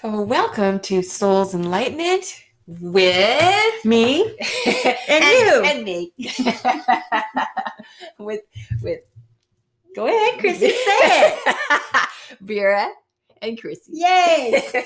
So, welcome to Souls Enlightenment with Me and, you. and me. with with go ahead, Chrissy, say it. Vera and Chrissy. Yay!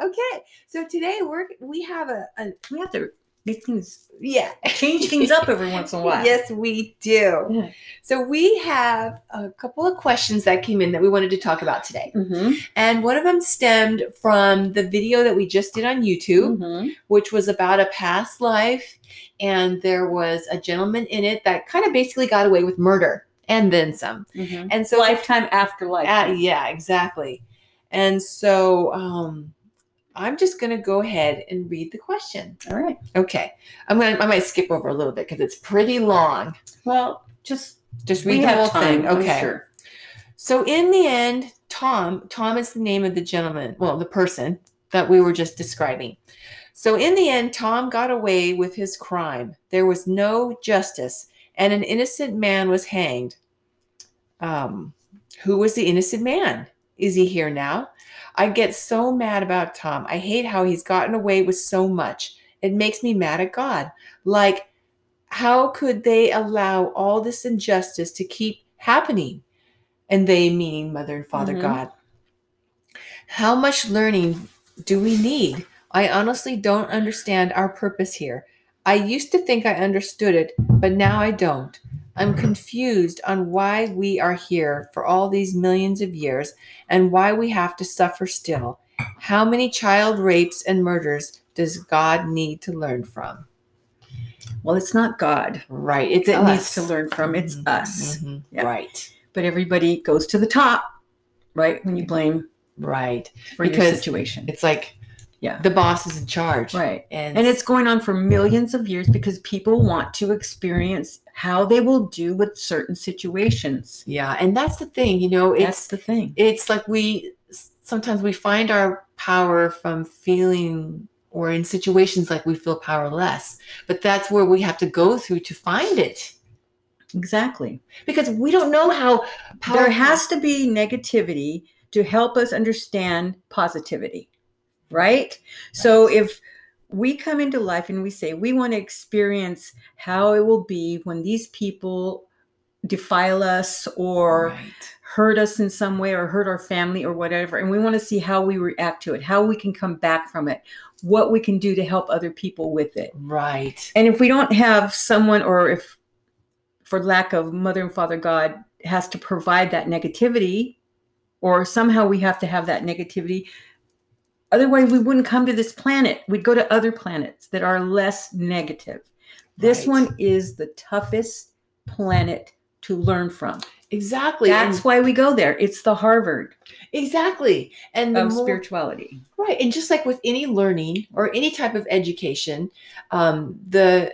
okay, so today we're we have a, a we have to get things, yeah change things up every once in a while. Yes, we do. Yeah. So we have a couple of questions that came in that we wanted to talk about today, Mhm, and one of them stemmed from the video that we just did on YouTube. mhm. which was about a past life. And there was a gentleman in it that kind of basically got away with murder and then some. Mm-hmm. And so, Lifetime after life. Ah, yeah, exactly. And so, um, I'm just going to go ahead and read the question. All right. Okay. I'm going to, I might skip over a little bit because it's pretty long. Well, just Just we read the whole have time. thing. I'm Okay. sure. So in the end, Tom, Tom is the name of the gentleman, well, the person that we were just describing. So in the end, Tom got away with his crime. There was no justice, and an innocent man was hanged. Um, who was the innocent man? Is he here now? I get so mad about Tom. I hate how he's gotten away with so much. It makes me mad at God. Like, how could they allow all this injustice to keep happening? And they, meaning Mother and Father Mhm. God. How much learning do we need? I honestly don't understand our purpose here. I used to think I understood it, but now I don't. I'm confused on why we are here for all these millions of years and why we have to suffer still. How many child rapes and murders does God need to learn from? Well, it's not God Right. It's that us. needs to learn from. It's Mhm, us. mhm. Yeah. Right. But everybody goes to the top, right? When you blame Right. for your Because situation, It's like Yeah. the boss is in charge. right? And, And it's going on for millions of years because people want to experience how they will do with certain situations. yeah, and that's the thing, you know, it's That's the thing. it's like we sometimes we find our power from feeling or in situations like we feel powerless but that's where we have to go through to find it Exactly. because we don't know how power There has to be negativity to help us understand positivity, right? So if we come into life and we say we want to experience how it will be when these people defile us or hurt us in some way or hurt our family or whatever. And we want to see how we react to it, how we can come back from it, what we can do to help other people with it. right And if we don't have someone, or if for lack of mother and father God has to provide that negativity, or somehow we have to have that negativity, otherwise we wouldn't come to this planet. We'd go to other planets that are less negative. This Right. one is the toughest planet to learn from. exactly That's and, why we go there. It's the Harvard exactly and the of more- spirituality. Right. And just like with any learning or any type of education, um, the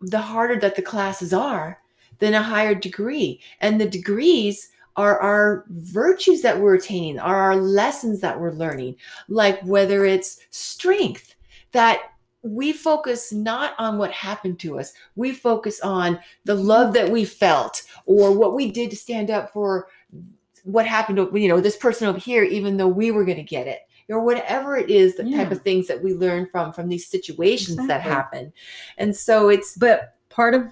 the harder that the classes are, then a higher degree. And the degrees are our virtues that we're attaining, are our lessons that we're learning, like whether it's strength that we focus not on what happened to us. We focus on the love that we felt or what we did to stand up for what happened to, you know, this person over here, even though we were going to get it or whatever it is, the type Yeah. of things that we learn from, from these situations that Exactly. happen. And so it's, But part of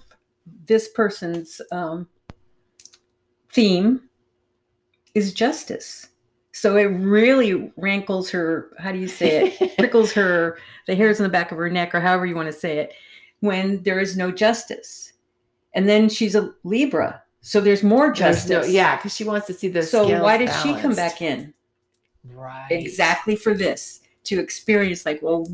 this person's um, theme is justice. So it really rankles her, how do you say it? Prickles her, the hairs on the back of her neck, or however you want to say it, when there is no justice. And then she's a Libra. So there's more There's justice. no- yeah, because she wants to see the So scales why did she come balanced. back in? Right. exactly for this to experience like well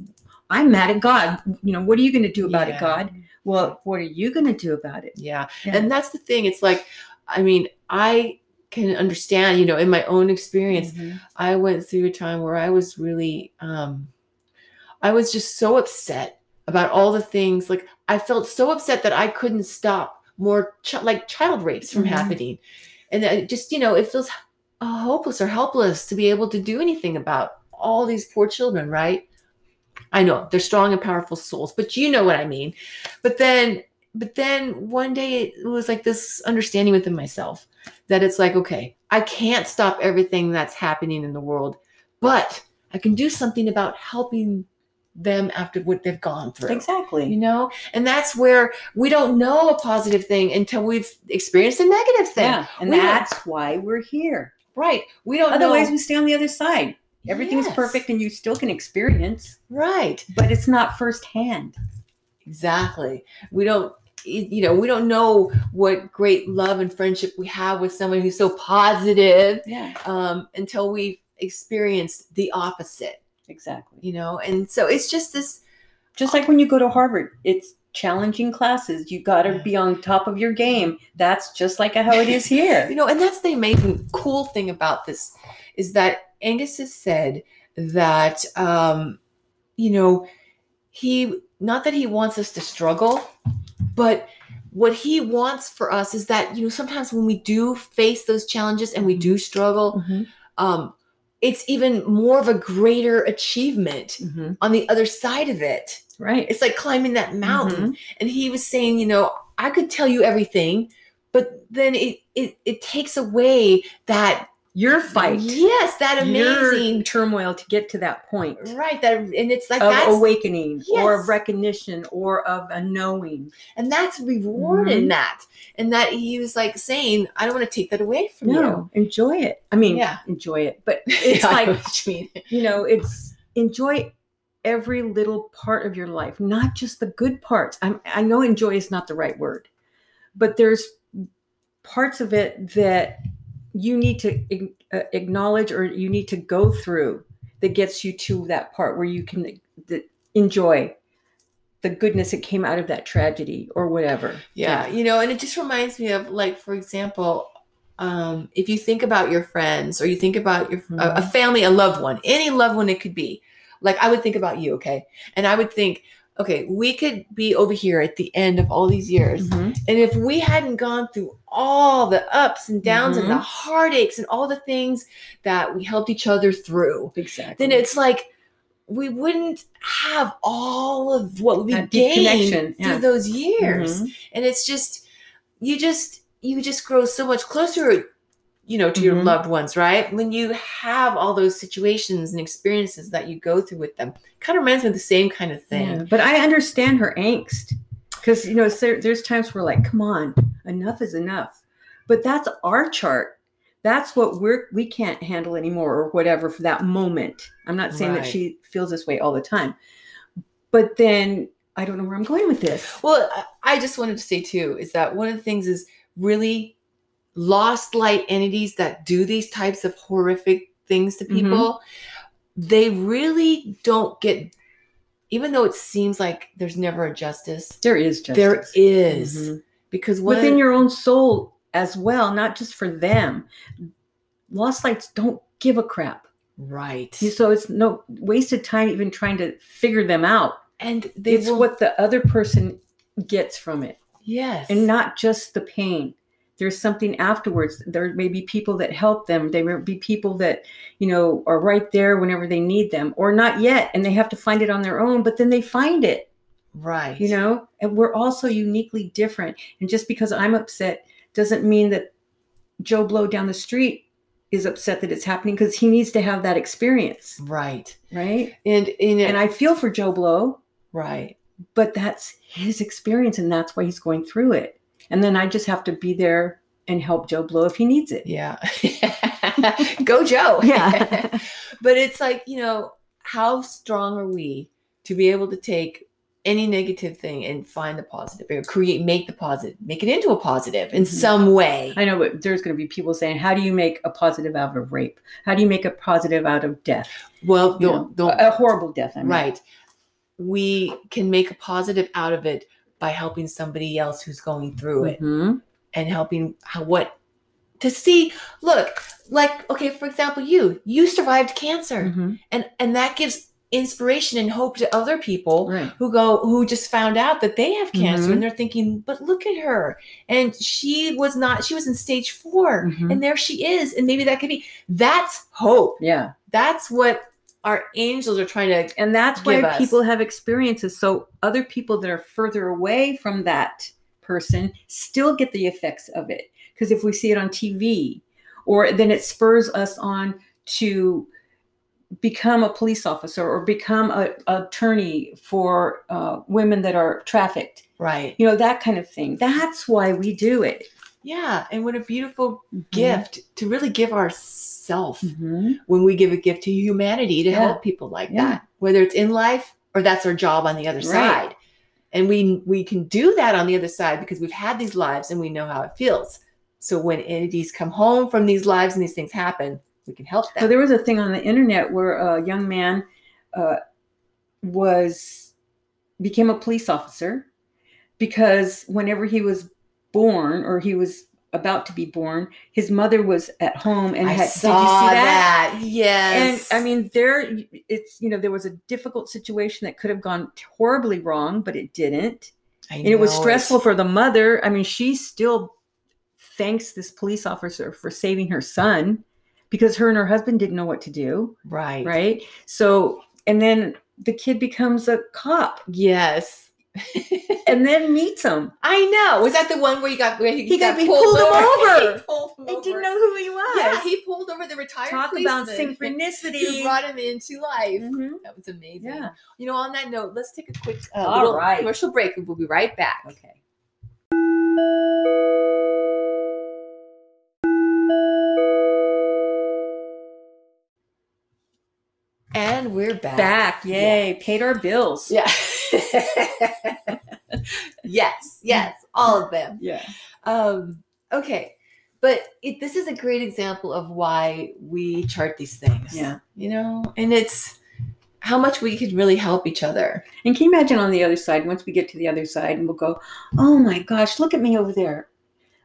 i'm mad at god you know what are you going to do about Yeah. it god well what are you going to do about it Yeah. Yeah. And that's the thing. It's like, I mean, I can understand, you know, in my own experience, Mm-hmm. I went through a time where I was really, um, I was just so upset about all the things. Like I felt so upset that I couldn't stop more ch- like child rapes from Mhm. happening, and I just you know it feels uh, hopeless or helpless to be able to do anything about all these poor children, right? I know they're strong and powerful souls, but you know what I mean. But then, but then one day it was like this understanding within myself that it's like, okay, I can't stop everything that's happening in the world, but I can do something about helping them after what they've gone through. You Exactly. know, and that's where we don't know a positive thing until we've experienced a negative thing. Yeah. And We don't- that's why we're here. Right. We don't Otherwise, know. we stay on the other side. Everything's Yes. perfect and you still can experience, Right. but it's not firsthand. Exactly. We don't, y- you know, we don't know what great love and friendship we have with someone who's so positive Yeah. um, until we've experienced the opposite, Exactly. you know? And so it's just this, Just like when you go to Harvard, it's challenging classes. You got to Yeah. be on top of your game. That's just like how it is here. you know, and that's the amazing, cool thing about this is that Angus has said that, um, you know, he, not that he wants us to struggle, but what he wants for us is that, you know, sometimes when we do face those challenges and we do struggle, Mm-hmm. um, it's even more of a greater achievement Mhm. on the other side of it. Right. It's like climbing that Mm-hmm. mountain. And he was saying, you know, I could tell you everything, but then it it, it takes away that Your fight. Yes, that Your amazing turmoil to get to that point right. That and it's like of that's awakening or Yes. of recognition or of a knowing. and that's reward in that. And that he was like saying, I don't want to take that away from No, enjoy it. I mean, Yeah. enjoy it, but you. it's I know like what you mean. you know it's enjoy every little part of your life not just the good parts I'm, i know enjoy is not the right word but there's parts of it that you need to ig- uh, acknowledge or you need to go through that gets you to that part where you can uh, th- enjoy the goodness that came out of that tragedy or whatever yeah you know and it just reminds me of like for example um if you think about your friends or you think about your a, Mm-hmm. a family a loved one any loved one it could be like i would think about you okay and i would think okay we could be over here at the end of all these years Mhm. and if we hadn't gone through all the ups and downs and the Mhm. heartaches and all the things that we helped each other through exactly then it's like we wouldn't have all of what we That deep connection, gained yeah. through those years Mhm. and it's just you just you just grow so much closer you know to your Mhm. loved ones right when you have all those situations and experiences that you go through with them kind of reminds me of the same kind of thing Yeah, but I understand her angst because you know there, there's times we're like, come on, enough is enough. But that's our chart. That's what we're we can't handle anymore or whatever for that moment. I'm not saying Right. that she feels this way all the time, but then I don't know where I'm going with this. well I- i just wanted to say too is that one of the things is really lost light entities that do these types of horrific things to Mhm. people they really don't get even though it seems like there's never a justice, There is justice. there is. Mhm. because one of within your own soul as well, not just for them. Lost lights don't give a crap. right So it's no wasted time even trying to figure them out. and they it's will- what the other person gets from it Yes. and not just the pain there's something afterwards there may be people that help them there may be people that you know are right there whenever they need them or not yet and they have to find it on their own but then they find it right. you know and we're all so uniquely different and just because i'm upset doesn't mean that joe blow down the street is upset that it's happening because he needs to have that experience Right. right And and, and i feel for joe blow right. but that's his experience and that's why he's going through it and then i just have to be there and help joe blow if he needs it Yeah. Go Joe. Yeah. but it's like, you know, how strong are we to be able to take any negative thing and find the positive or create make the positive, make it into a positive in Mhm. some way. i know but there's going to be people saying how do you make a positive out of rape how do you make a positive out of death well, You don't don't a horrible death i mean uh, right. We can make a positive out of it by helping somebody else who's going through it. Mhm. and helping how what to see look like okay for example you you survived cancer Mhm. and and that gives inspiration and hope to other people right who go who just found out that they have cancer Mhm. and they're thinking but look at her and she was not she was in stage 4 Mhm. and there she is and maybe that could be that's hope yeah that's what our angels are trying to and that's why Give us. people have experiences so other people that are further away from that person still get the effects of it because if we see it on tv or then it spurs us on to become a police officer or become a, a attorney for uh, women that are trafficked Right. you know that kind of thing that's why we do it Yeah. And what a beautiful Mm-hmm. gift to really give ourself Mhm. when we give a gift to humanity to Yeah. help people like Yeah. that, whether it's in life or that's our job on the other Right. side. And we we can do that on the other side because we've had these lives and we know how it feels. So when entities come home from these lives and these things happen, we can help So them. there was a thing on the internet where a young man uh, was became a police officer because whenever he was born or he was about to be born, his mother was at home and I had. saw did you see that? Yes. And I mean, there it's you know there was a difficult situation that could have gone horribly wrong, but it didn't, I and it was know stressful for the mother. I mean, she still thanks this police officer for saving her son because her and her husband didn't know what to do Right. Right. right? So, and then the kid becomes a cop Yes. and then meets him. I know. Was that the one where you got where he, He got- he pulled him over. He pulled him I over. didn't know who he was. Yeah, he pulled over the retired Talk about policeman. synchronicity. He brought him into life. Mhm. That was amazing. Yeah. You know, on that note, let's take a quick uh, All little right. commercial break and we'll be right back. Okay. And we're back. Back. Yay. Paid our bills. Yeah. yes, yes, all of them. Yeah. Um, okay. But it, this is a great example of why we chart these things. Yeah. You know, and it's how much we could really help each other. And can you imagine on the other side, once we get to the other side and we'll go, oh my gosh, look at me over there.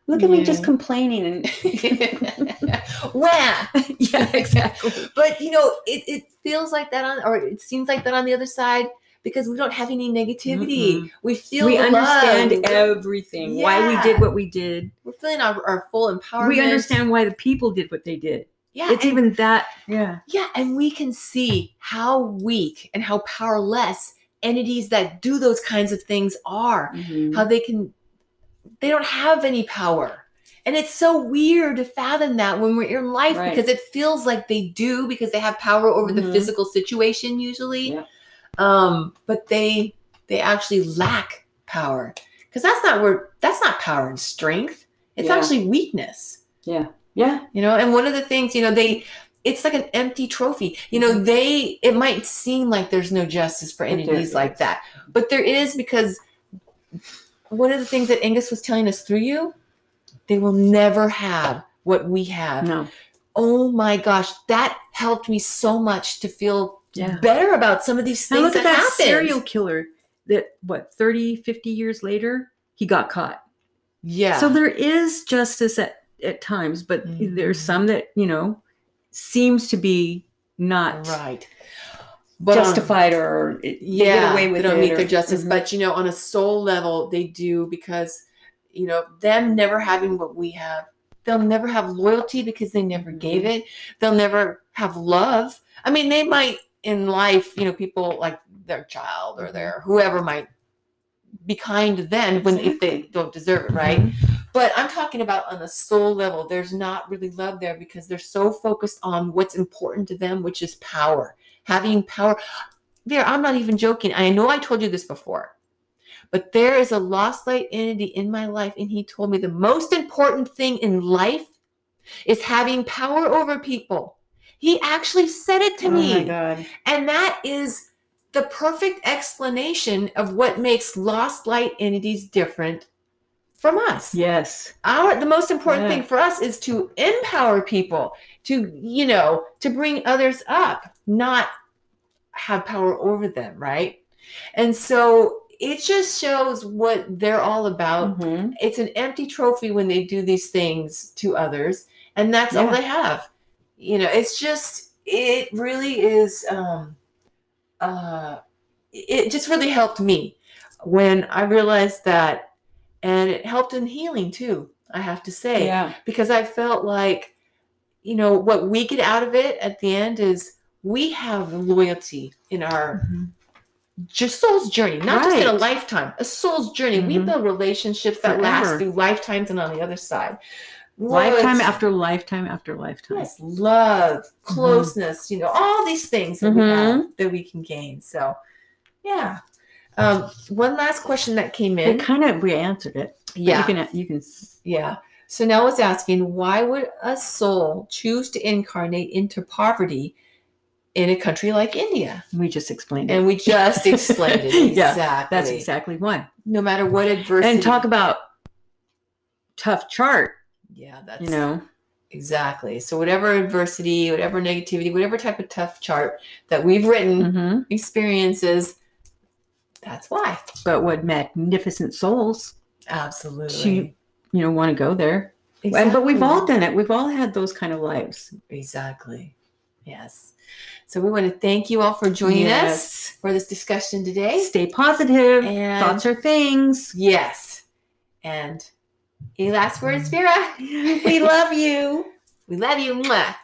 Look at me just Yeah. complaining. And wow. yeah, exactly. But you know, it, it feels like that on, or it seems like that on the other side because we don't have any negativity. Mm-mm. We feel We the understand love. everything, why we did Yeah. what we did. We're feeling our, our full empowerment. We understand why the people did what they did. Yeah, It's and, even that. Yeah. yeah, and we can see how weak and how powerless entities that do those kinds of things are. Mm-hmm. How they can, they don't have any power. And it's so weird to fathom that when we're in life Right. because it feels like they do because they have power over the Mhm. physical situation usually. Yeah. Um, but they they actually lack power because that's not where that's not power and strength. It's Yeah. actually weakness. Yeah. Yeah. you know and one of the things you know they it's like an empty trophy you know they it might seem like there's no justice for Mm-hmm. But there entities like is. that but there is because one of the things that angus was telling us through you they will never have what we have No. oh my gosh that helped me so much to feel Yeah. better about some of these Now things look at that happened. serial killer that what 30, 50 years later, he got caught. yeah So there is justice at, at times, but there's Mhm. some that, you know, seems to be not right But on- justified or it- they yeah, get away with they don't it meet or- their justice. Mhm. But you know, on a soul level, they do because you know them never having what we have. They'll never have loyalty because they Mm-hmm. never gave it. They'll never have love. I mean, they might in life, you know, people like their child or their Mm-hmm. whoever might be kind to them when if they don't deserve it, right? Mhm. But I'm talking about on the soul level. There's not really love there because they're so focused on what's important to them, which is power, having power. There, I'm not even joking. I know I told you this before, but there is a lost light entity in my life, and he told me the most important thing in life is having power over people. He actually said it to me. Oh my god. And that is the perfect explanation of what makes lost light entities different from us. Yes. Our the most important Yeah. thing for us is to empower people to, you know, to bring others up, not have power over them, right? And so it just shows what they're all about Mhm. it's an empty trophy when they do these things to others and that's all Yeah. they have you know it's just it really is um uh it just really helped me when i realized that and it helped in healing too i have to say Yeah. because i felt like you know what we get out of it at the end is we have loyalty in our Mhm. just soul's journey, not just in a Right. lifetime, a soul's journey. We Mhm. build relationships that last Forever. through lifetimes and on the other side. lifetime What? after Mm-hmm. lifetime after lifetime. Yes, love, closeness, you know, all these things that we Mm-hmm. have that we can gain. So, yeah. Um, one last question that came It in. kind of we answered it. Yeah. You can you can Yeah. So now it's asking why would a soul choose to incarnate into poverty in a country like India? we just explained it. And we just explained it. Exactly. Yeah, That's exactly why. No matter what adversity. And talk about tough chart, Yeah, that's you know. exactly. So whatever adversity, whatever negativity, whatever type of tough chart that we've written, hmm experiences. That's why. But what magnificent souls, Absolutely. you know, want to go there. And but we've all done it. We've all had those kind of lives. exactly. Yes. So we want to thank you all for joining us for this discussion today. Yes. Stay positive. And Thoughts are things. yes. And any last words, Vera? We love you. We love you. Mwah.